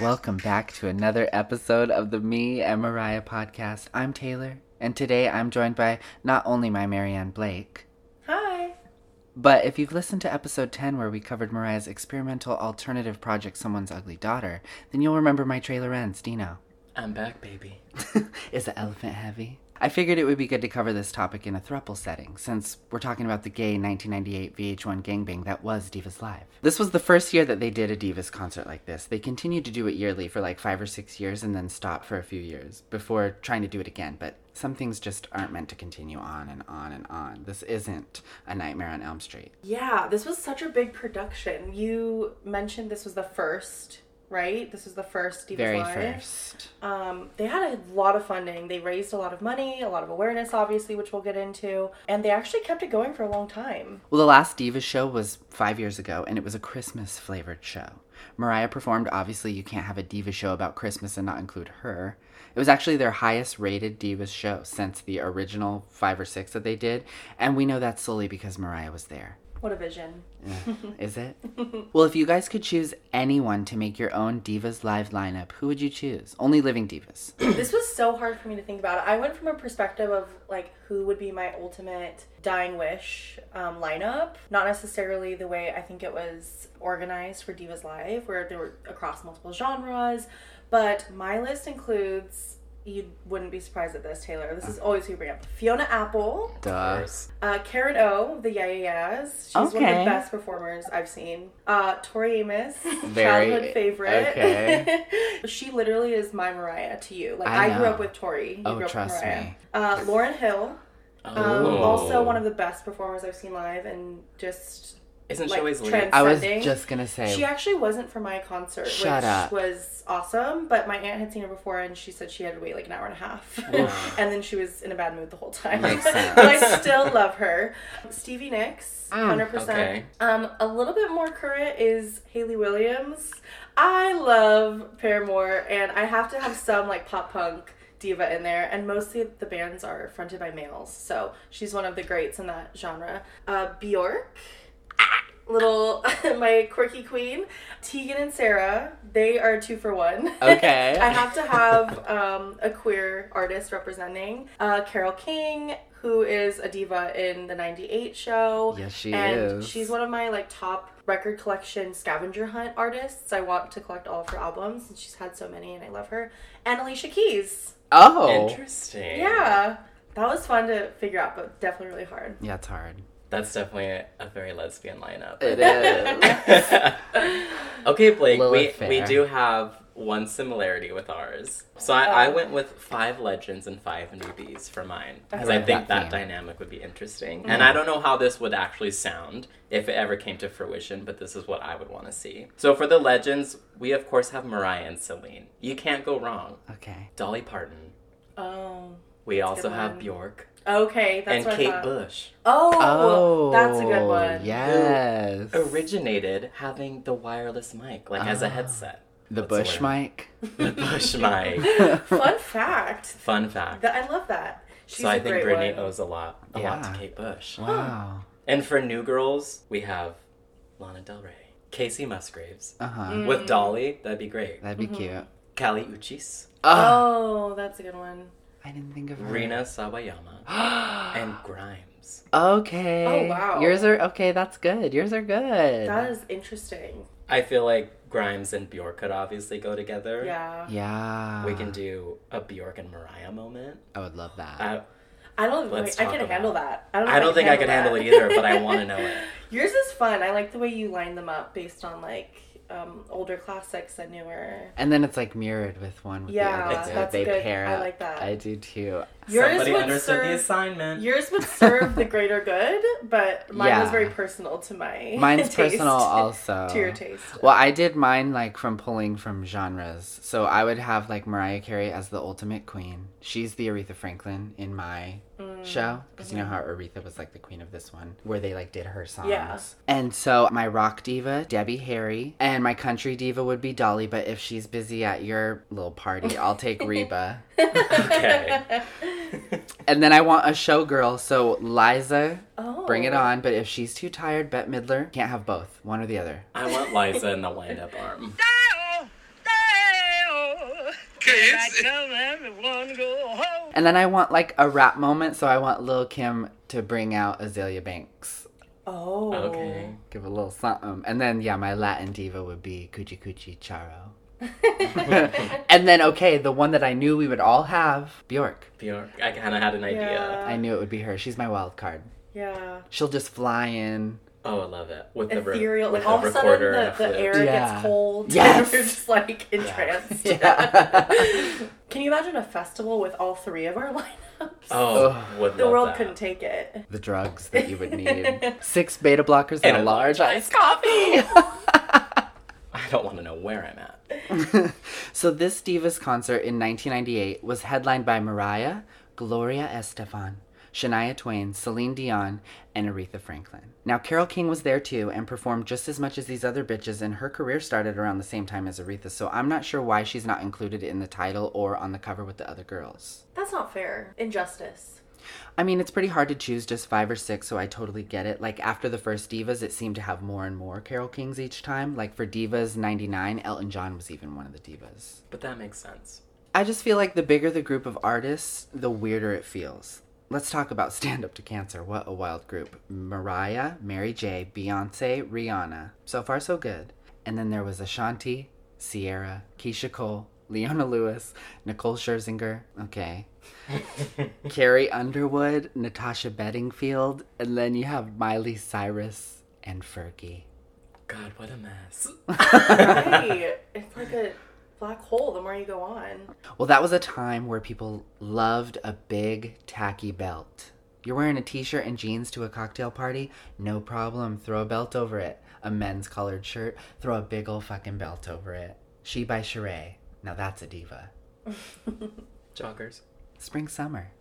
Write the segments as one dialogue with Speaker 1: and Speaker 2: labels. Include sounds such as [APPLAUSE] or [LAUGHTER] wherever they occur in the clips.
Speaker 1: Welcome back to another episode of the Me and Mariah podcast. I'm Taylor, and today I'm joined by not only my Marianne Blake,
Speaker 2: Hi.
Speaker 1: but if you've listened to episode 10 where we covered Mariah's experimental alternative project Someone's Ugly Daughter, then you'll remember my trailer ends, Dino.
Speaker 2: I'm back, baby.
Speaker 1: [LAUGHS] Is the elephant heavy? I figured it would be good to cover this topic in a thruple setting, since we're talking about the gay 1998 VH1 gangbang that was Divas Live. This was the first year that they did a Divas concert like this. They continued to do it yearly for like five or six years and then stopped for a few years before trying to do it again, but some things just aren't meant to continue on and on and on. This isn't a Nightmare on Elm Street.
Speaker 2: Yeah, this was such a big production. You mentioned this was the first, right? This was the first Divas
Speaker 1: Very
Speaker 2: Live.
Speaker 1: first.
Speaker 2: Um, they had a lot of funding. They raised a lot of money, a lot of awareness, obviously, which we'll get into. And they actually kept it going for a long time.
Speaker 1: Well, the last Divas show was five years ago, and it was a Christmas flavored show. Mariah performed, obviously, you can't have a Diva show about Christmas and not include her. It was actually their highest rated Divas show since the original five or six that they did, and we know that solely because Mariah was there.
Speaker 2: What a vision.
Speaker 1: Is
Speaker 2: [LAUGHS]
Speaker 1: it? well, if you guys could choose anyone to make your own Divas Live lineup, who would you choose? Only living Divas.
Speaker 2: [CLEARS THROAT] this was so hard for me to think about. I went from a perspective of like who would be my ultimate dying wish um, lineup, not necessarily the way I think it was organized for Divas Live, where they were across multiple genres. But my list includes. You wouldn't be surprised at this, Taylor. This is always who you bring up. Fiona Apple,
Speaker 1: Duh.
Speaker 2: uh, Karen O, the Yeah Yeah Yeahs. She's one of
Speaker 1: Okay.
Speaker 2: the best performers I've seen. Uh, Tori Amos,
Speaker 1: [LAUGHS] Very-
Speaker 2: childhood favorite.
Speaker 1: okay.
Speaker 2: [LAUGHS] she literally is my Mariah to you. Like
Speaker 1: I
Speaker 2: I, grew
Speaker 1: know.
Speaker 2: up with Tori. You
Speaker 1: Oh,
Speaker 2: grew up
Speaker 1: trust
Speaker 2: with Mariah.
Speaker 1: me.
Speaker 2: Uh, Lauren Hill, um,
Speaker 3: Oh.
Speaker 2: also one of the best performers I've seen live, and just
Speaker 3: Isn't
Speaker 2: like
Speaker 3: she always late?
Speaker 2: transcending.
Speaker 1: I was just gonna say.
Speaker 2: She actually wasn't for my concert,
Speaker 1: Shut
Speaker 2: which
Speaker 1: up.
Speaker 2: was awesome. But my aunt had seen her before, and she said she had to wait like an hour and a half, [LAUGHS] and then she was in a bad mood the whole time.
Speaker 1: Makes sense.
Speaker 2: [LAUGHS] but I still love her. Stevie Nicks,
Speaker 1: Mm,
Speaker 2: hundred percent.
Speaker 3: okay.
Speaker 2: Um, a little bit more current is Haley Williams. I love Paramore, and I have to have some like pop punk. Diva in there, and mostly the bands are fronted by males, so she's one of the greats in that genre. Uh, Bjork, little [LAUGHS] my quirky queen tegan and sarah they are two for one
Speaker 1: Okay.
Speaker 2: [LAUGHS] i have to have um, a queer artist representing uh, carol king who is a diva in the 98 show
Speaker 1: Yes, she
Speaker 2: and
Speaker 1: is.
Speaker 2: she's one of my like top record collection scavenger hunt artists i want to collect all of her albums and she's had so many and i love her and alicia keys
Speaker 1: oh.
Speaker 3: Interesting.
Speaker 2: yeah that was fun to figure out but definitely really hard
Speaker 1: Yeah, it's hard.
Speaker 3: That's definitely a, a very lesbian lineup.
Speaker 1: It is.
Speaker 3: [LAUGHS] okay, Blake,
Speaker 1: Lilith
Speaker 3: we, we
Speaker 1: Fair.
Speaker 3: do have one similarity with ours. So I,
Speaker 2: Oh.
Speaker 3: I went with five legends and five newbies for mine. Because I,
Speaker 1: like that
Speaker 3: think that,
Speaker 1: theme.
Speaker 3: dynamic would be interesting.
Speaker 2: Mm-hmm.
Speaker 3: And I don't know how this would actually sound if it ever came to fruition, but this is what I would want to see. So for the legends, we of course have Mariah and Celine. You can't go wrong.
Speaker 1: okay.
Speaker 3: Dolly Parton.
Speaker 2: oh
Speaker 3: We also
Speaker 2: good
Speaker 3: have
Speaker 2: one.
Speaker 3: Bjork
Speaker 2: okay that's
Speaker 3: and
Speaker 2: what I
Speaker 3: Kate
Speaker 2: thought.
Speaker 3: Bush.
Speaker 2: Oh,
Speaker 1: Oh,
Speaker 2: that's a good one.
Speaker 1: Yes.
Speaker 3: originated having the wireless mic, like as a headset.
Speaker 1: Ah. the
Speaker 3: What's
Speaker 1: bush
Speaker 3: the [GASPS]
Speaker 1: mic. [LAUGHS]
Speaker 3: The Bush mic.
Speaker 2: [LAUGHS] Fun fact.
Speaker 3: Fun fact.
Speaker 2: That I love that. She's
Speaker 3: so I
Speaker 2: a
Speaker 3: think
Speaker 2: great
Speaker 3: Brittany
Speaker 2: one.
Speaker 3: owes a lot, a lot
Speaker 1: Yeah.
Speaker 3: to Kate Bush.
Speaker 1: Wow.
Speaker 3: And for new girls, we have Lana Del Rey, Casey Musgraves.
Speaker 1: Uh huh.
Speaker 2: Mm-hmm. Mm.
Speaker 3: With Dolly, that'd be great.
Speaker 1: That'd be cute.
Speaker 3: Kali Uchis,
Speaker 1: Oh,
Speaker 2: Oh, that's a good one.
Speaker 1: I didn't think of her. [GASPS]
Speaker 3: Rena Sawayama, and Grimes.
Speaker 1: Okay.
Speaker 2: Oh, wow.
Speaker 1: Yours are okay. That's good. Yours are good.
Speaker 2: That is interesting.
Speaker 3: I feel like Grimes and Bjork could obviously go together.
Speaker 2: Yeah.
Speaker 1: yeah.
Speaker 3: We can do a Bjork and Mariah moment. Uh,
Speaker 1: I would love that.
Speaker 3: I,
Speaker 2: I don't.
Speaker 3: Let's
Speaker 2: I
Speaker 3: talk
Speaker 2: can
Speaker 3: about
Speaker 2: handle that. I don't.
Speaker 3: I don't think I could handle it either, but I
Speaker 2: [LAUGHS]
Speaker 3: want to know
Speaker 2: it.
Speaker 3: it.
Speaker 2: Yours is fun. I like the way you line them up based on like um, older classics and newer.
Speaker 1: and then it's like mirrored with one with
Speaker 2: Yeah,
Speaker 1: the other. so
Speaker 2: that's
Speaker 1: they
Speaker 2: good.
Speaker 1: pair
Speaker 2: I
Speaker 1: up.
Speaker 2: like that.
Speaker 1: I do
Speaker 2: [LAUGHS]
Speaker 1: too.
Speaker 2: Yours
Speaker 3: Somebody
Speaker 2: would
Speaker 3: understood the
Speaker 2: serve-
Speaker 3: assignment.
Speaker 2: Yours would serve the greater good,
Speaker 1: [LAUGHS]
Speaker 2: but mine
Speaker 1: Yeah.
Speaker 2: was very personal to my.
Speaker 1: Mine's
Speaker 2: [LAUGHS] taste.
Speaker 1: personal also.
Speaker 2: To your taste.
Speaker 1: Well, I did mine like from pulling from genres. So I would have like Mariah Carey as the ultimate queen. She's the Aretha Franklin in my
Speaker 2: Mm,
Speaker 1: show. Because you know
Speaker 2: mm-hmm.
Speaker 1: how Aretha was like the queen of this one, where they like did her songs.
Speaker 2: Yeah.
Speaker 1: And so my rock diva, Debbie Harry, and my country diva would be Dolly. But if she's busy at your little party, I'll
Speaker 2: [LAUGHS]
Speaker 1: take Reba.
Speaker 3: [LAUGHS] okay.
Speaker 1: and then I want a showgirl. So Liza
Speaker 2: Oh.
Speaker 1: Bring it on, but if she's too tired, Bette Midler can't have both. One or the other.
Speaker 3: I want Liza in the wind up
Speaker 2: [LAUGHS]
Speaker 3: arm.
Speaker 1: And then I want like a rap moment, so I want Lil Kim to bring out Azalea Banks.
Speaker 2: Oh.
Speaker 3: Okay.
Speaker 1: Give a little something. And then, yeah, my Latin diva would be Coochie Coochie Charo. and then, okay, the one that I knew we would all have Bjork.
Speaker 3: Bjork. I kind of had an idea.
Speaker 2: Yeah.
Speaker 1: I knew it would be her. She's my wild card.
Speaker 2: Yeah.
Speaker 1: She'll just fly in.
Speaker 3: Oh, I love it. With the re-
Speaker 2: Ethereal.
Speaker 3: with
Speaker 2: Like
Speaker 3: the
Speaker 2: all of a
Speaker 3: recorder
Speaker 2: sudden,
Speaker 3: and a
Speaker 2: the, the
Speaker 3: flute.
Speaker 2: air
Speaker 1: Yeah.
Speaker 2: gets cold. [LAUGHS]
Speaker 1: Yes.
Speaker 2: We're just like entranced.
Speaker 1: Yeah.
Speaker 2: Can you imagine a festival with all three of our [LAUGHS] lineups?
Speaker 3: Oh,
Speaker 1: Ugh.
Speaker 3: would
Speaker 2: the
Speaker 3: love
Speaker 2: world
Speaker 3: that.
Speaker 2: couldn't take it.
Speaker 1: The drugs that you would need. Six beta blockers and, a large ice
Speaker 3: coffee.
Speaker 1: coffee.
Speaker 3: I don't want to know where I'm at.
Speaker 1: so this divas concert in 1998 was headlined by Mariah, Gloria Estefan, Shania Twain, Celine Dion, and Aretha Franklin. Now Carol King was there too and performed just as much as these other bitches and her career started around the same time as Aretha, so I'm not sure why she's not included in the title or on the cover with the other girls.
Speaker 2: [LAUGHS] That's not fair. Injustice.
Speaker 1: I mean, it's pretty hard to choose just five or six, so I totally get it. Like, after the first Divas, it seemed to have more and more Carol Kings each time. Like, for Divas 99, Elton John was even one of the Divas.
Speaker 3: But that makes sense.
Speaker 1: I just feel like the bigger the group of artists, the weirder it feels. Let's talk about [LAUGHS] Stand Up to Cancer. What a wild group. Mariah, Mary J, Beyonce, Rihanna. So far, so good. And then there was Ashanti, Sierra, Keisha Cole, Leona Lewis, Nicole Scherzinger. Okay. Carrie Underwood, Natasha Bedingfield. And then you have Miley Cyrus and Fergie.
Speaker 3: God, what a mess.
Speaker 2: Right. it's like a black hole the more you go on.
Speaker 1: Well, that was a time where people loved a big, tacky belt. You're wearing a t shirt and jeans to a cocktail party? No problem. Throw a belt over it. A men's collared shirt? Throw a big ol' fucking belt over it. She by Sheree. Now that's a diva.
Speaker 3: Joggers.
Speaker 1: Spring, summer.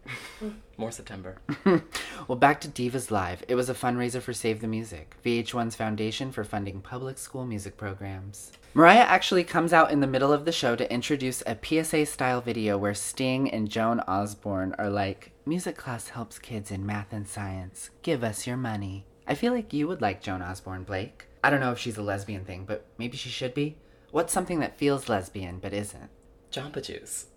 Speaker 3: More September.
Speaker 1: [LAUGHS] well, back to Divas Live. It was a fundraiser for Save the Music, VH1's foundation for funding public school music programs. Mariah actually comes out in the middle of the show to introduce a PSA style video where Sting and Joan Osborne are like, Music class helps kids in math and science. Give us your money. I feel like you would like Joan Osborne, Blake. I don't know if she's a lesbian thing, but maybe she should be. What's something that feels lesbian but isn't?
Speaker 3: Jamba Juice.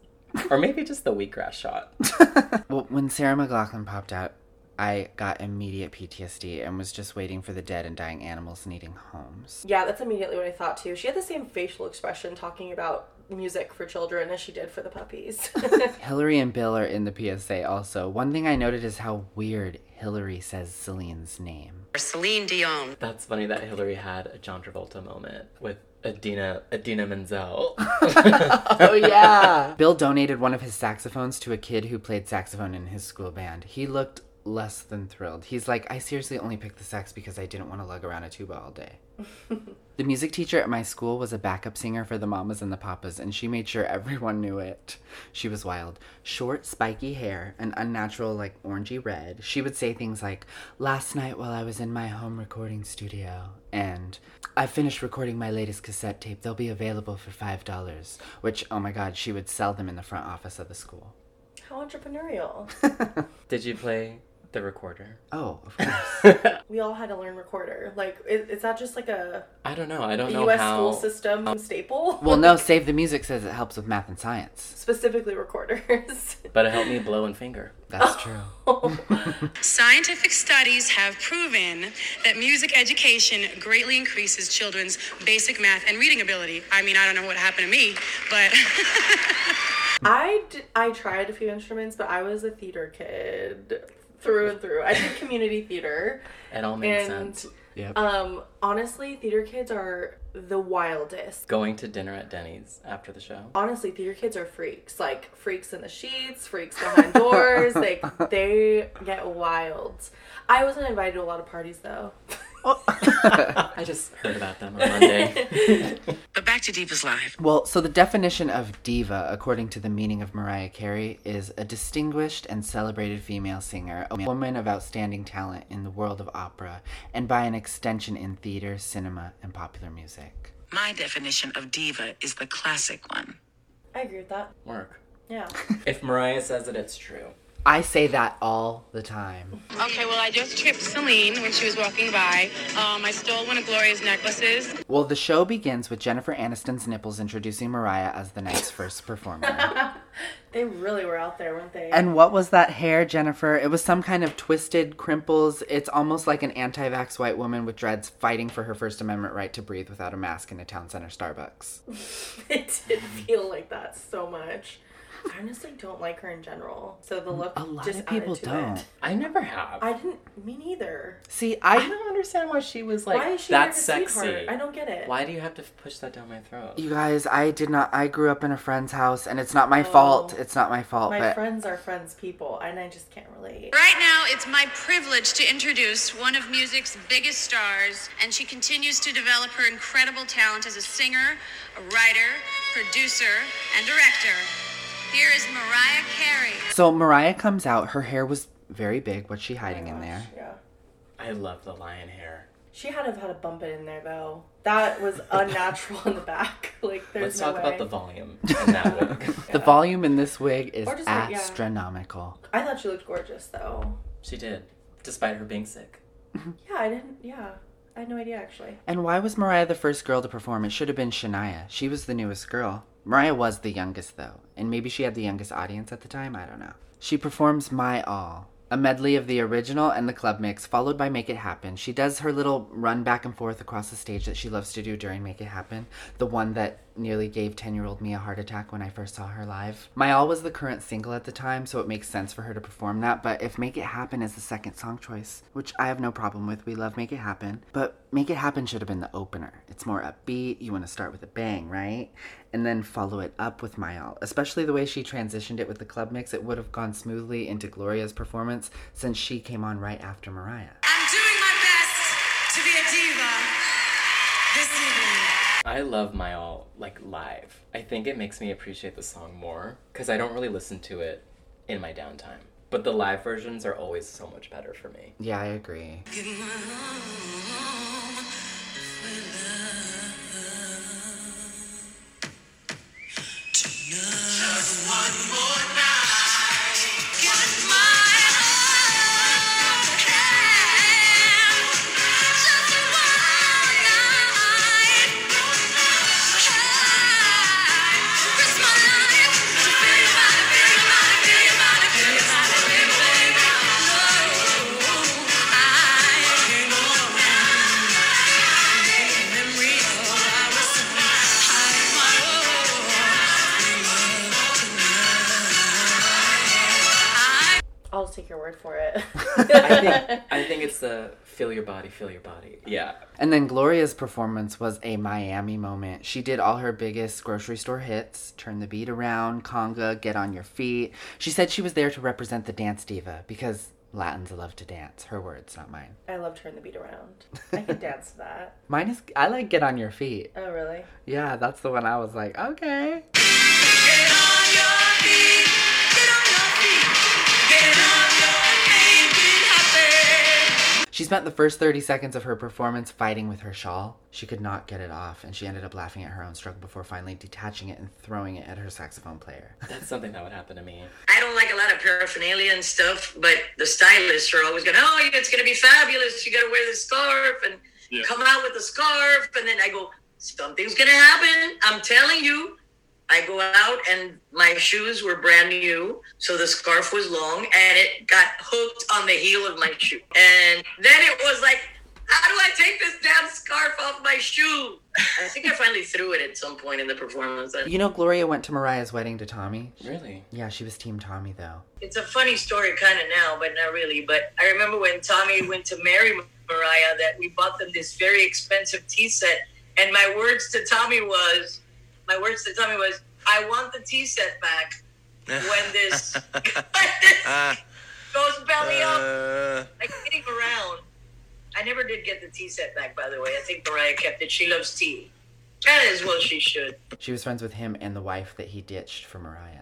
Speaker 3: Or maybe just the wheatgrass shot.
Speaker 1: [LAUGHS] Well, when Sarah McLaughlin popped out, I got immediate PTSD and was just waiting for the dead and dying animals needing homes.
Speaker 2: Yeah, that's immediately what I thought too. She had the same facial expression talking about music for children as she did for the puppies. [LAUGHS]
Speaker 1: Hillary and Bill are in the PSA also. One thing I noted is how weird Hillary says Celine's name.
Speaker 4: Celine Dion.
Speaker 3: That's funny that Hillary had a John Travolta moment with Adina
Speaker 2: [LAUGHS]
Speaker 3: Adina Menzel.
Speaker 1: Oh, yeah! [LAUGHS] Bill donated one of his saxophones to a kid who played saxophone in his school band. He looked less than thrilled. He's like, I seriously only picked the sax because I didn't want to lug around a tuba all day. The music teacher at my school was a backup singer for the Mamas and the Papas, and she made sure [LAUGHS] everyone knew it. She was wild. Short, spiky hair, an unnatural, like, orangey red. She would say things like, Last night while I was in my home recording studio, and I finished recording my latest cassette tape. They'll be available for $5, which, oh my god, she would sell them in the front office of the school.
Speaker 2: How entrepreneurial.
Speaker 3: Did you play the recorder?
Speaker 1: Oh, [LAUGHS] of course.
Speaker 2: We all had to learn recorder. Like, is, is that just like a
Speaker 3: I don't know. I don't
Speaker 2: the
Speaker 3: know
Speaker 2: U.S.
Speaker 3: how.
Speaker 2: school system staple.
Speaker 1: well, no, Save the Music says it helps with math and science.
Speaker 2: specifically recorders. [LAUGHS]
Speaker 3: But it helped me blow and finger.
Speaker 1: That's [GASPS] true.
Speaker 4: Scientific studies have proven that music education greatly increases children's basic math and reading ability. I mean, I don't know what happened to me, but [LAUGHS]
Speaker 2: I d- I tried a few instruments, but I was a theater kid through and through. I did community theater,
Speaker 3: It all makes
Speaker 2: And-
Speaker 3: sense.
Speaker 1: Yep.
Speaker 2: Um, honestly, theater kids are the wildest.
Speaker 3: Going to dinner at Denny's after the show.
Speaker 2: Honestly, theater kids are freaks. Like freaks in the sheets, freaks
Speaker 3: [LAUGHS]
Speaker 2: behind doors. Like they get wild. I wasn't invited to a lot of parties though.
Speaker 3: I just heard about them [LAUGHS] on Monday.
Speaker 4: but back to Divas Live.
Speaker 1: Well, so the definition of diva, according to the meaning of Mariah Carey, is a distinguished and celebrated female singer, a woman of outstanding talent in the world of opera, and by an extension in theater, cinema, and popular music.
Speaker 5: My definition of diva is the classic one.
Speaker 2: I agree with that.
Speaker 3: Work.
Speaker 2: Yeah.
Speaker 3: If Mariah says it, it's true.
Speaker 1: I say that all the time.
Speaker 4: Okay, well, I just tripped Celine when she was walking by. Um, I stole one of Gloria's necklaces.
Speaker 1: Well, the show begins with Jennifer Aniston's nipples introducing Mariah as the night's first performer.
Speaker 2: They really were out there, weren't they?
Speaker 1: and what was that hair, Jennifer? It was some kind of twisted crimples. It's almost like an anti vax white woman with dreads fighting for her First Amendment right to breathe without a mask in a town center Starbucks.
Speaker 2: [LAUGHS] it did feel like that so much. I honestly don't like her in general. So the look
Speaker 1: Mm, A lot
Speaker 2: just
Speaker 1: of people
Speaker 2: added to
Speaker 1: don't.
Speaker 2: It.
Speaker 3: I never have.
Speaker 2: I
Speaker 3: I,
Speaker 2: didn't. Me neither.
Speaker 1: See,
Speaker 3: I
Speaker 1: I.
Speaker 3: don't understand why she was like,
Speaker 2: Why is she
Speaker 3: that's
Speaker 2: America's
Speaker 3: sexy.
Speaker 2: sweetheart? I don't get it.
Speaker 3: Why do you have to push that down my throat?
Speaker 1: You guys, I did not. I grew up in a friend's house, and it's not my fault. It's not my fault.
Speaker 2: My
Speaker 1: Oh, but
Speaker 2: friends are friends, people, and I just can't relate.
Speaker 4: Right now, it's my privilege to introduce one of music's biggest stars, and she continues to develop her incredible talent as a singer, a writer, producer, and director. Here is Mariah Carey.
Speaker 1: so Mariah comes out. Her hair was very big. What's she
Speaker 2: Oh
Speaker 1: hiding in there?
Speaker 2: Yeah.
Speaker 3: I love the lion hair.
Speaker 2: She had to have had a bump it in there though.
Speaker 1: [LAUGHS]
Speaker 2: That was unnatural in the back. [LAUGHS] Like
Speaker 3: Let's
Speaker 2: there's no
Speaker 3: talk about
Speaker 2: way.
Speaker 3: the volume in that wig.
Speaker 1: [LAUGHS] The volume in this wig is
Speaker 2: Or just like, yeah.
Speaker 1: astronomical.
Speaker 2: I thought she looked gorgeous though.
Speaker 3: [LAUGHS] she did, despite her being sick.
Speaker 2: Yeah, I didn't. Yeah, I had no idea actually.
Speaker 1: And why was Mariah the first girl to perform? It should have been Shania. She was the newest girl. Mariah was the youngest, though, and maybe she had the youngest audience at the time. I don't know. She performs My All, a medley of the original and the club mix, followed by Make It Happen. She does her little run back and forth across the stage that she loves to do during Make It Happen, the one that nearly gave 10 year old me a heart attack when I first saw her live. My All was the current single at the time, so it makes sense for her to perform that, but if Make It Happen is the second song choice, which I have no problem with, we love Make It Happen, but Make It Happen should have been the opener. It's more upbeat, you want to start with a bang, right? And then follow it up with My All, especially the way she transitioned it with the club mix, it would have gone smoothly into Gloria's performance since she came on right after Mariah.
Speaker 4: I'm doing my best to be a diva this evening.
Speaker 3: I love my all like live. I think it makes me appreciate the song more because I don't really listen to it in my downtime. But the live versions are always so much better for me.
Speaker 1: Yeah, I agree.
Speaker 2: I'll take your word for it. [LAUGHS]
Speaker 3: I think, I think it's the feel your body, feel your body. Yeah.
Speaker 1: And then Gloria's performance was a Miami moment. She did all her biggest grocery store hits Turn the Beat Around, Conga, Get on Your Feet. She said she was there to represent the dance diva because Latins love to dance. Her words, not mine.
Speaker 2: I love turn the beat around.
Speaker 1: [LAUGHS]
Speaker 2: I can dance to that.
Speaker 1: Mine is, I like Get on Your Feet.
Speaker 2: Oh really?
Speaker 1: Yeah, that's the one I was like, okay. She spent the first 30 seconds of her performance fighting with her shawl. She could not get it off, and she ended up laughing at her own struggle before finally detaching it and throwing it at her saxophone player. [LAUGHS]
Speaker 3: That's something that would happen to me.
Speaker 5: I don't like a lot of paraphernalia and stuff, but the stylists are always going, "Oh, it's going to be fabulous. You got to wear the scarf and come out with the scarf." And then I go, "Something's going to happen. I'm telling you." I go out and my shoes were brand new, so the scarf was long and it got hooked on the heel of my shoe. And then it was like, how do I take this damn scarf off my shoe? I think I finally threw it at some point in the performance.
Speaker 1: You know, Gloria went to Mariah's wedding to Tommy.
Speaker 3: Really?
Speaker 1: Yeah, she was Team Tommy, though.
Speaker 5: it's a funny story kind of now, but not really. But I remember when Tommy went to marry Mariah that we bought them this very expensive tea set. And my words to Tommy was, my words to Tommy was, I want the tea set back when this, [LAUGHS] when this goes belly up,
Speaker 6: Uh,
Speaker 5: like getting around. I never did get the tea set back, by the way. I think Mariah kept it. She loves tea. As well she should.
Speaker 1: She was friends with him and the wife that he ditched for Mariah.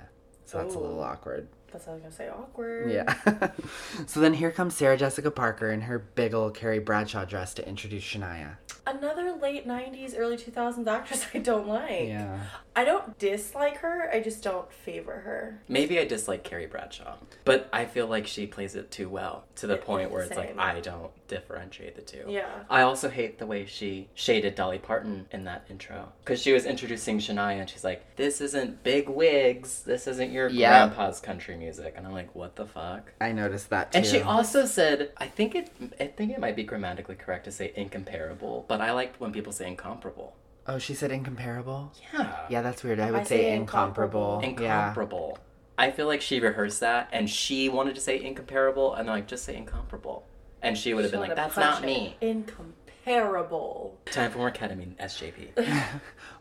Speaker 1: So that's a little awkward.
Speaker 2: That's what I was gonna say. Awkward.
Speaker 1: Yeah. [LAUGHS] so then here comes Sarah Jessica Parker in her big ol' Carrie Bradshaw dress to introduce Shania.
Speaker 2: Another late 90s, early 2000s actress [LAUGHS] I don't like.
Speaker 1: Yeah.
Speaker 2: I don't dislike her, I just don't favor her.
Speaker 3: Maybe I dislike Carrie Bradshaw, but I feel like she plays it too well to the point where it's like
Speaker 2: Same.
Speaker 3: I don't differentiate the two.
Speaker 2: Yeah.
Speaker 3: I also hate the way she shaded Dolly Parton in that intro because she was introducing Shania and she's like, "This isn't big wigs. This isn't your
Speaker 1: Yeah.
Speaker 3: grandpa's country music." And I'm like, "What the fuck?"
Speaker 1: I noticed that too.
Speaker 3: And she also said, "I think it. I think it might be grammatically correct to say incomparable, but I liked when people say incomparable."
Speaker 1: Oh, she said incomparable?
Speaker 3: Yeah.
Speaker 1: Yeah, that's weird. I would
Speaker 2: I
Speaker 1: say,
Speaker 2: say
Speaker 1: incomparable. Oh, Yeah.
Speaker 3: incomparable. I feel like she rehearsed that and she wanted to say incomparable and they're like, just say incomparable. And she would have been like, that's not me.
Speaker 2: Incomparable.
Speaker 3: Time for more ketamine, SJP.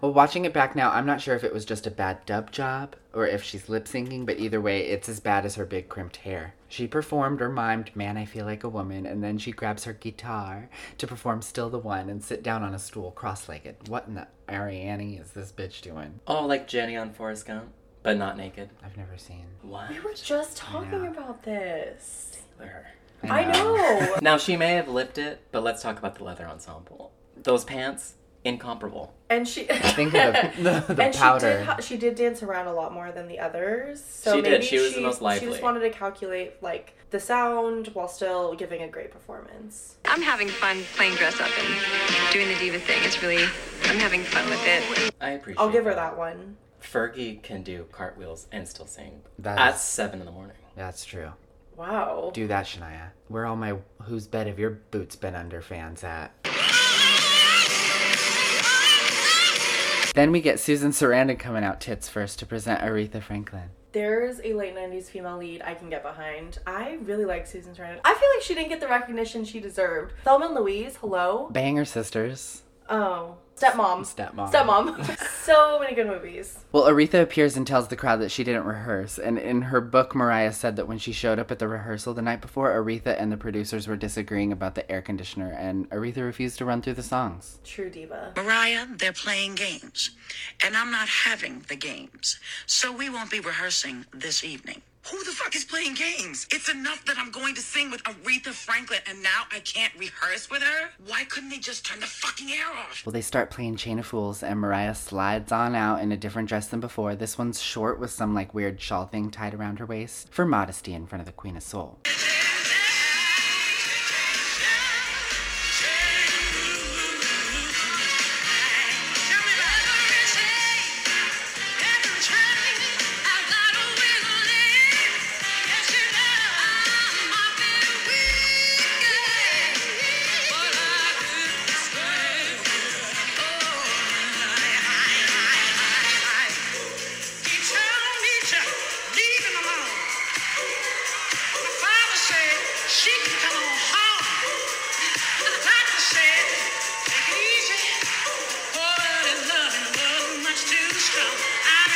Speaker 1: Well, watching it back now, I'm not sure if it was just a bad dub job or if she's lip syncing, but either way, it's as bad as her big crimped hair. She performed or mimed Man, I Feel Like a Woman, and then she grabs her guitar to perform Still the One and sit down on a stool cross legged. What in the Ariane is this bitch doing?
Speaker 3: oh, like Jenny on Forrest Gump, but not naked.
Speaker 1: I've never seen.
Speaker 3: What?
Speaker 2: We were just talking
Speaker 1: Yeah.
Speaker 2: about this.
Speaker 1: I [LAUGHS]
Speaker 2: I know.
Speaker 3: Now, she may have lipped it, but let's talk about the leather ensemble. Those pants, incomparable.
Speaker 2: and she.
Speaker 1: Think
Speaker 2: [LAUGHS]
Speaker 1: of the, the, the
Speaker 2: and she
Speaker 1: powder.
Speaker 2: did, ha- she did dance around a lot more than the others. So
Speaker 3: She did.
Speaker 2: maybe
Speaker 3: She was the most
Speaker 2: She
Speaker 3: lively.
Speaker 2: just wanted to calculate like the sound while still giving a great performance.
Speaker 6: I'm having fun playing dress up and doing the diva thing. It's really, I'm having fun with it.
Speaker 3: I appreciate
Speaker 2: I'll give her that one.
Speaker 3: Fergie can do cartwheels and still sing
Speaker 1: That
Speaker 3: at
Speaker 1: is-
Speaker 3: 7 in the morning.
Speaker 1: That's true.
Speaker 2: Wow.
Speaker 1: Do that, Shania. Where all my Whose Bed Have Your Boots Been Under fans at? Then we get Susan Sarandon coming out tits first to present Aretha Franklin.
Speaker 2: There's a late '90s female lead I can get behind. I really like Susan Sarandon. I feel like she didn't get the recognition she deserved. Thelma and Louise, hello.
Speaker 1: Banger Sisters.
Speaker 2: Oh, stepmom.
Speaker 1: Stepmom.
Speaker 2: Stepmom. so many good movies.
Speaker 1: Well, Aretha appears and tells the crowd that she didn't rehearse. And in her book, Mariah said that when she showed up at the rehearsal the night before, Aretha and the producers were disagreeing about the air conditioner, and Aretha refused to run through the songs.
Speaker 2: True diva.
Speaker 7: Mariah, they're playing games, and I'm not having the games. So we won't be rehearsing this evening. Who the fuck is playing games? It's enough that I'm going to sing with Aretha Franklin, and now I can't rehearse with her? Why couldn't they just turn the fucking air off?
Speaker 1: Well, they start playing Chain of Fools, and Mariah slides on out in a different dress than before. This one's short with some like weird shawl thing tied around her waist for modesty in front of the Queen of Soul.
Speaker 7: She can come on home. The doctor said, take it easy. Oh, that love and love much too strong. I'm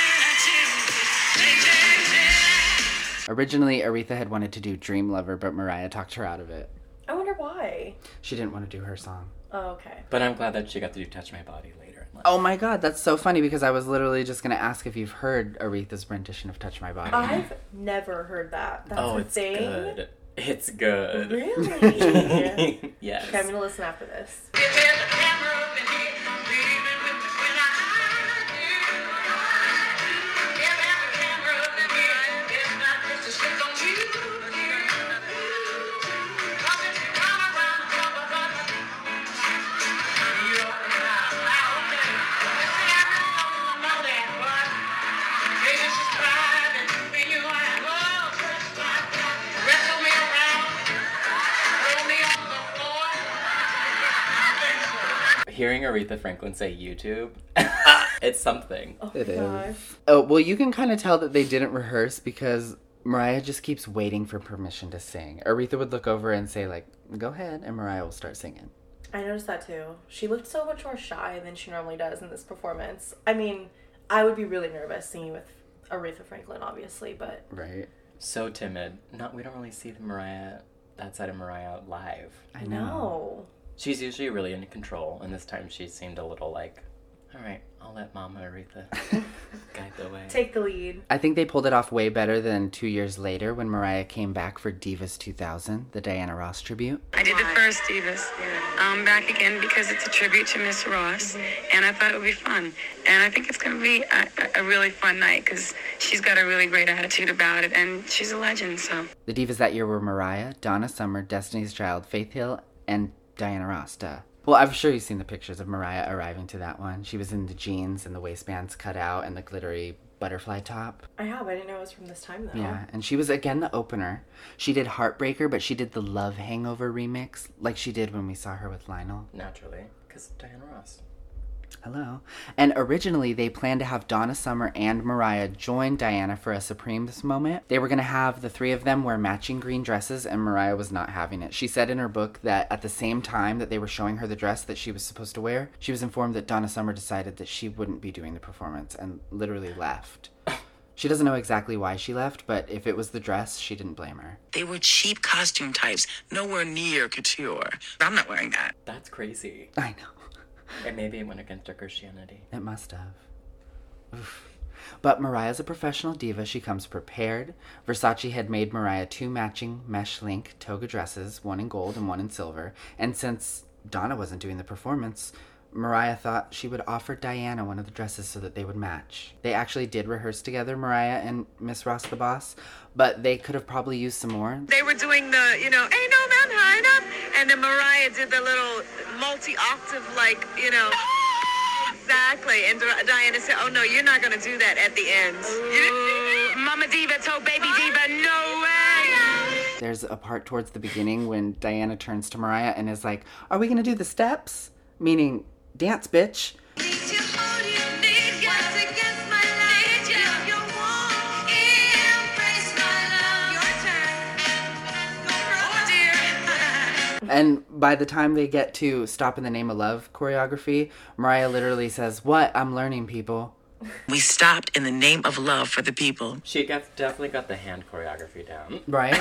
Speaker 7: in a
Speaker 1: Originally, Aretha had wanted to do Dream Lover, but Mariah talked her out of it.
Speaker 2: I wonder why.
Speaker 1: She didn't want to do her song.
Speaker 2: Oh, okay.
Speaker 3: But I'm glad that she got to do Touch My Body later. in life.
Speaker 1: Oh my god, that's so funny because I was literally just going to ask if you've heard Aretha's rendition of Touch My Body.
Speaker 2: I've never heard that. That's a
Speaker 3: Oh, it's
Speaker 2: thing.
Speaker 3: good. It's good.
Speaker 2: Really?
Speaker 3: [LAUGHS]
Speaker 2: okay,
Speaker 3: yes.
Speaker 2: I'm gonna listen after this.
Speaker 7: Wrestle me around, roll me on the floor.
Speaker 3: Hearing Aretha Franklin
Speaker 2: [LAUGHS]
Speaker 3: say YouTube, it's something.
Speaker 1: It is.
Speaker 2: Gosh.
Speaker 1: Oh, well, you can kind of tell that they didn't rehearse because Mariah just keeps waiting for permission to sing. Aretha would look over and say, like, go ahead, and Mariah will start singing.
Speaker 2: I noticed that too. She looked so much more shy than she normally does in this performance. I mean, I would be really nervous singing with Aretha Franklin, obviously, but
Speaker 1: Right?
Speaker 3: So timid. Not we don't really see the Mariah that side of Mariah live.
Speaker 1: I know.
Speaker 2: no.
Speaker 3: She's usually really in control, and this time she seemed a little like, All right, I'll let
Speaker 2: [LAUGHS]
Speaker 3: Mama Aretha guide the way.
Speaker 2: Take the lead.
Speaker 1: I think they pulled it off way better than two years later when Mariah came back for Divas 2000, the Diana Ross tribute.
Speaker 6: I did the first Divas. I'm back again because it's a tribute to Miss Ross, and I thought it would be fun. And I think it's going to be a, a- a really fun night because she's got a really great attitude about it, and she's a legend, so.
Speaker 1: The divas that year were Mariah, Donna Summer, Destiny's Child, Faith Hill, and Diana Ross. Duh. Well, I'm sure you've seen the pictures of Mariah arriving to that one. She was in the jeans and the waistbands cut out and the glittery butterfly top.
Speaker 2: I have. I didn't know it was from this time though.
Speaker 1: Yeah, and she was again the opener. She did Heartbreaker, but she did the Love Hangover remix like she did when we saw her with Lionel.
Speaker 3: Naturally, because Diana Ross.
Speaker 1: Hello. And originally, they planned to have Donna Summer and Mariah join Diana for a Supremes moment. They were going to have the three of them wear matching green dresses, and Mariah was not having it. She said in her book that at the same time that they were showing her the dress that she was supposed to wear, she was informed that Donna Summer decided that she wouldn't be doing the performance and literally [COUGHS] left. She doesn't know exactly why she left, but if it was the dress, she didn't blame her.
Speaker 7: They were cheap costume types, nowhere near couture. I'm not wearing that.
Speaker 3: That's crazy.
Speaker 1: I know.
Speaker 3: It maybe it went against her Christianity.
Speaker 1: It must have. Oof. But Mariah's a professional diva. She comes prepared. Versace had made Mariah two matching mesh link toga dresses, one in gold and one in silver. And since Donna wasn't doing the performance, Mariah thought she would offer Diana one of the dresses so that they would match. They actually did rehearse together, Mariah and Miss Ross the Boss, but they could have probably used some more.
Speaker 8: they were doing the, you know, ain't no mountain high enough, and then Mariah did the little multi-octave, like, you know, exactly. And Di- Diana said, "Oh no, you're not gonna do that at the end."
Speaker 6: Mama Diva told Baby Diva, no way!
Speaker 1: There's a part towards the beginning when Diana turns to Mariah and is like, Are we going to do the steps? Meaning, dance, bitch.
Speaker 6: Oh,
Speaker 8: [LAUGHS]
Speaker 1: And by the time they get to Stop in the Name of Love choreography, Mariah literally says, What? I'm learning, people.
Speaker 7: We stopped in the name of love for the people.
Speaker 3: She got, definitely got the hand choreography down.
Speaker 1: Right?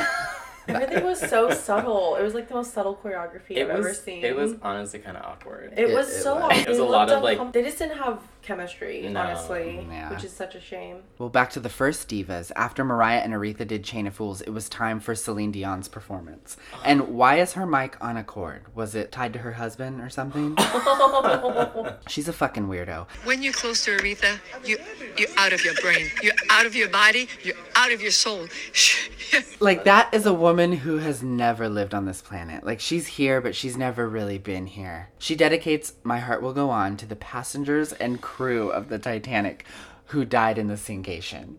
Speaker 2: Everything was
Speaker 1: [LAUGHS]
Speaker 2: so subtle. It was like the most subtle choreography
Speaker 3: It
Speaker 2: I've
Speaker 3: was,
Speaker 2: ever seen.
Speaker 3: it was honestly kind of awkward.
Speaker 2: It, was
Speaker 1: it
Speaker 2: so.
Speaker 1: was.
Speaker 2: awkward.
Speaker 3: It was
Speaker 2: They
Speaker 3: a lot
Speaker 2: looked
Speaker 3: of, like-
Speaker 2: uncom- They just didn't have chemistry,
Speaker 3: No,
Speaker 2: honestly,
Speaker 1: yeah.
Speaker 2: which is such a shame.
Speaker 1: well, back to the first divas. After Mariah and Aretha did Chain of Fools, it was time for Celine Dion's performance. And why is her mic on a cord? Was it tied to her husband or something? She's a fucking weirdo.
Speaker 8: When you're close to Aretha, you you're out of your brain, you're out of your body, you're out of your soul.
Speaker 1: Like, that is a woman who has never lived on this planet. Like, she's here, but she's never really been here. She dedicates My Heart Will Go On to the passengers and crew of the Titanic who died in the sinkation.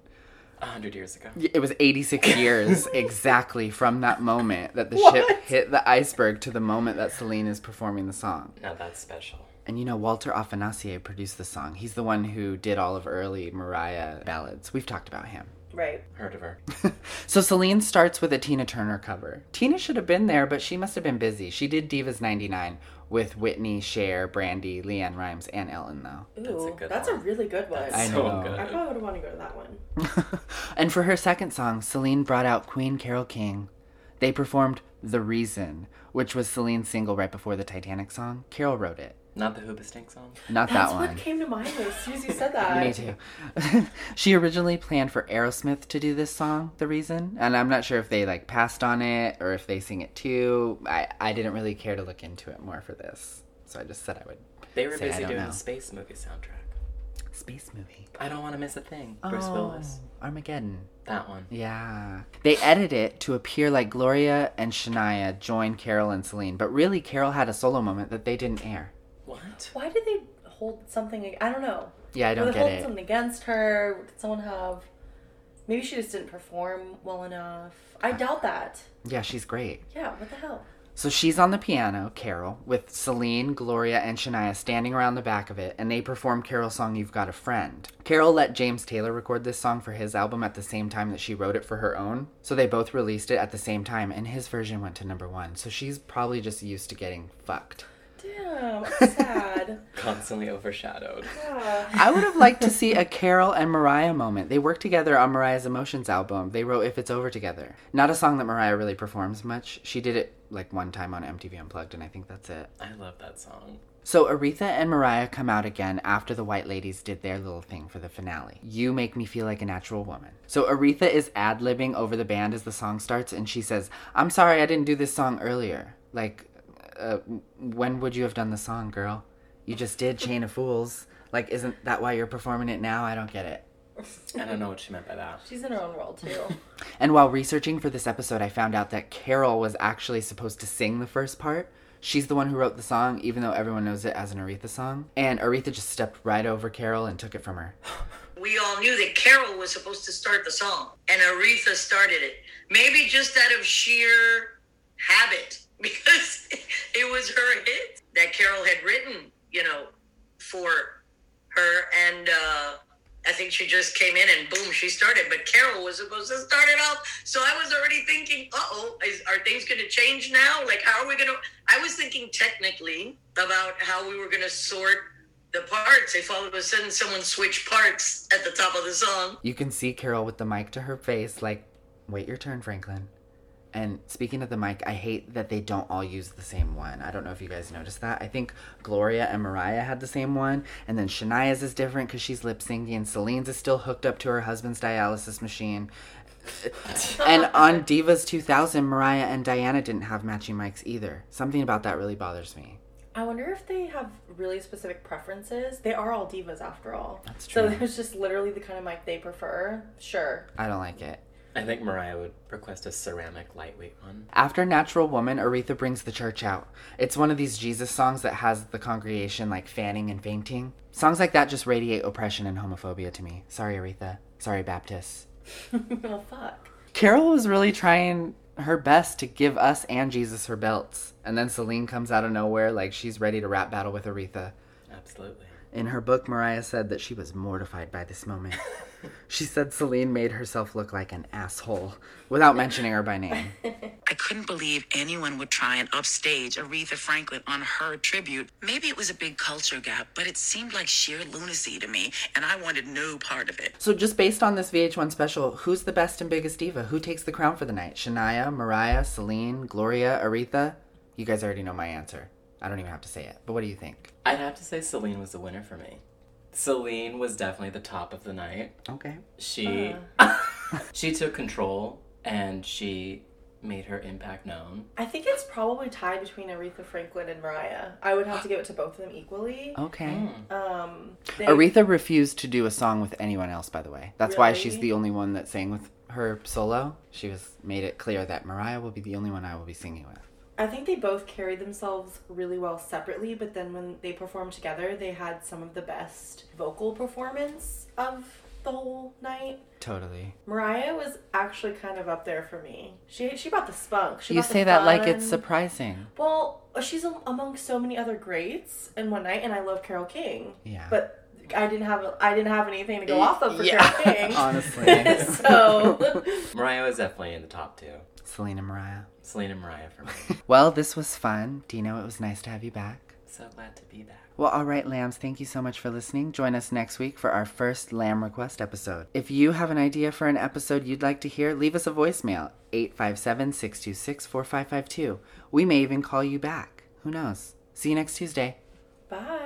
Speaker 3: A hundred years ago.
Speaker 1: It was 86 years exactly from that moment that the ship hit the iceberg to the moment that Celine is performing the song.
Speaker 3: Now that's special.
Speaker 1: And you know, Walter Afanasieff produced the song. He's the one who did all of early Mariah ballads. We've talked about him.
Speaker 2: Right.
Speaker 3: Heard of her.
Speaker 1: So Celine starts with a Tina Turner cover. Tina should have been there, but she must have been busy. She did Divas 99 with Whitney, Cher, Brandy, Leanne Rhimes, and Ellen, though.
Speaker 2: Ooh,
Speaker 3: That's
Speaker 2: that's
Speaker 3: a
Speaker 2: a,
Speaker 3: good one.
Speaker 2: really good one.
Speaker 3: That's
Speaker 1: I
Speaker 3: so
Speaker 1: know.
Speaker 2: I
Speaker 3: good.
Speaker 2: probably would want to go to that one.
Speaker 1: [LAUGHS] and for her second song, Celine brought out Queen Carol King. They performed The Reason, which was Celine's single right before the Titanic song. Carol wrote it,
Speaker 3: Not the Hooba Stink song.
Speaker 1: not
Speaker 2: That's
Speaker 1: that
Speaker 2: what
Speaker 1: one.
Speaker 2: came to mind as soon as you
Speaker 1: [LAUGHS]
Speaker 2: said that.
Speaker 1: Me too. she originally planned for Aerosmith to do this song, The Reason, and I'm not sure if they like passed on it or if they sing it too. I, I didn't really care to look into it more for this, so I just said I would.
Speaker 3: They were
Speaker 1: Say I
Speaker 3: busy
Speaker 1: don't
Speaker 3: doing
Speaker 1: know.
Speaker 3: the space movie soundtrack.
Speaker 1: Space movie.
Speaker 3: I don't want to miss a thing. Bruce
Speaker 1: Oh,
Speaker 3: Willis.
Speaker 1: Armageddon.
Speaker 3: That one.
Speaker 1: Yeah. They edit it to appear like Gloria and Shania join Carol and Celine, but really Carol had a solo moment that they didn't air.
Speaker 3: What?
Speaker 2: Why did they hold something? ag- I don't know.
Speaker 1: Yeah, I
Speaker 2: Were
Speaker 1: don't
Speaker 2: they
Speaker 1: get
Speaker 2: holding
Speaker 1: it.
Speaker 2: something against her? Did someone have? Maybe she just didn't perform well enough. I doubt that.
Speaker 1: Yeah, she's great.
Speaker 2: Yeah. What the hell?
Speaker 1: So she's on the piano, Carol, with Celine, Gloria, and Shania standing around the back of it, and they perform Carol's song You've Got a Friend. Carol let James Taylor record this song for his album at the same time that she wrote it for her own, so they both released it at the same time, and his version went to number one, so she's probably just used to getting fucked.
Speaker 2: Damn, Oh,
Speaker 1: [LAUGHS]
Speaker 2: that's sad.
Speaker 3: Constantly overshadowed.
Speaker 2: Yeah.
Speaker 1: I would have liked to see a Carol and Mariah moment. They worked together on Mariah's Emotions album. They wrote If It's Over together. Not a song that Mariah really performs much. She did it like one time on MTV Unplugged, and I think that's it.
Speaker 3: I love that song.
Speaker 1: So Aretha and Mariah come out again after the White Ladies did their little thing for the finale. You make me feel like a natural woman. So Aretha is ad libbing over the band as the song starts, and she says, I'm sorry I didn't do this song earlier. Like, uh, when would you have done the song, girl? You just did Chain of Fools. Like, isn't that why you're performing it now? I don't get it.
Speaker 3: I don't know what she meant by that.
Speaker 2: She's in her own world too.
Speaker 1: And while researching for this episode, I found out that Carol was actually supposed to sing the first part. She's the one who wrote the song, even though everyone knows it as an Aretha song. And Aretha just stepped right over Carol and took it from her.
Speaker 5: we all knew that Carol was supposed to start the song, and Aretha started it. Maybe just out of sheer habit, [LAUGHS] because it was her hit that Carol had written, you know, for her. And uh, I think she just came in and boom, she started. But Carol was supposed to start it off. So I was already thinking, uh oh, is- are things going to change now? Like, how are we going to? I was thinking technically about how we were going to sort the parts if all of a sudden someone switched parts at the top of the song.
Speaker 1: You can see Carol with the mic to her face, like, wait your turn, Franklin. And speaking of the mic, I hate that they don't all use the same one. I don't know if you guys noticed that. I think Gloria and Mariah had the same one, and then Shania's is different because she's lip syncing. Celine's is still hooked up to her husband's dialysis machine. [LAUGHS] and on Divas 2000, Mariah and Diana didn't have matching mics either. Something about that really bothers me.
Speaker 2: I wonder if they have really specific preferences. They are all divas after all. That's
Speaker 1: true.
Speaker 2: So [LAUGHS] there's just literally the kind of mic they prefer. Sure.
Speaker 1: I don't like it.
Speaker 3: I think Mariah would request a ceramic lightweight one.
Speaker 1: After Natural Woman, Aretha brings the church out. It's one of these Jesus songs that has the congregation like fanning and fainting. Songs like that just radiate oppression and homophobia to me. Sorry, Aretha. Sorry, Baptists.
Speaker 2: well, fuck.
Speaker 1: Carol was really trying her best to give us and Jesus her belts. And then Celine comes out of nowhere like she's ready to rap battle with Aretha.
Speaker 3: Absolutely.
Speaker 1: In her book, Mariah said that she was mortified by this moment. she said Celine made herself look like an asshole without mentioning her by name.
Speaker 7: I couldn't believe anyone would try and upstage Aretha Franklin on her tribute. Maybe it was a big culture gap, but it seemed like sheer lunacy to me, and I wanted no part of it.
Speaker 1: So, just based on this VH1 special, who's the best and biggest diva? Who takes the crown for the night? Shania, Mariah, Celine, Gloria, Aretha? You guys already know my answer. I don't even have to say it. But what do you think?
Speaker 3: I'd have to say Celine was the winner for me. Celine was definitely the top of the night.
Speaker 1: Okay.
Speaker 3: She
Speaker 1: Uh.
Speaker 3: [LAUGHS] she took control and she made her impact known.
Speaker 2: I think it's probably tied between Aretha Franklin and Mariah. I would have to give it to both of them equally.
Speaker 1: Okay.
Speaker 2: Um, they-
Speaker 1: Aretha refused to do a song with anyone else, by the way. That's why she's
Speaker 2: Really?
Speaker 1: the only one that sang with her solo. She was made it clear that Mariah will be the only one I will be singing with.
Speaker 2: I think they both carried themselves really well separately, but then when they performed together, they had some of the best vocal performance of the whole night.
Speaker 1: Totally.
Speaker 2: Mariah was actually kind of up there for me. She she brought the spunk. She
Speaker 1: you
Speaker 2: brought the
Speaker 1: say that like it's
Speaker 2: fun.
Speaker 1: surprising.
Speaker 2: Well, she's am- among so many other greats in one night, and I love Carol King.
Speaker 1: Yeah.
Speaker 2: But I didn't have I didn't have anything to go off of for Carol King.
Speaker 1: Honestly.
Speaker 2: [LAUGHS] so [LAUGHS]
Speaker 3: Mariah was definitely in the top two.
Speaker 1: [LAUGHS] Celine and Mariah.
Speaker 3: Celine and Mariah for
Speaker 1: [LAUGHS]
Speaker 3: me.
Speaker 1: Well, this was fun. Dino, it was nice to have you back.
Speaker 3: so glad to be back.
Speaker 1: Well, all right, lambs, thank you so much for listening. Join us next week for our first lamb request episode. If you have an idea for an episode you'd like to hear, leave us a voicemail 857 626 4552. We may even call you back. Who knows? See you next Tuesday.
Speaker 2: bye.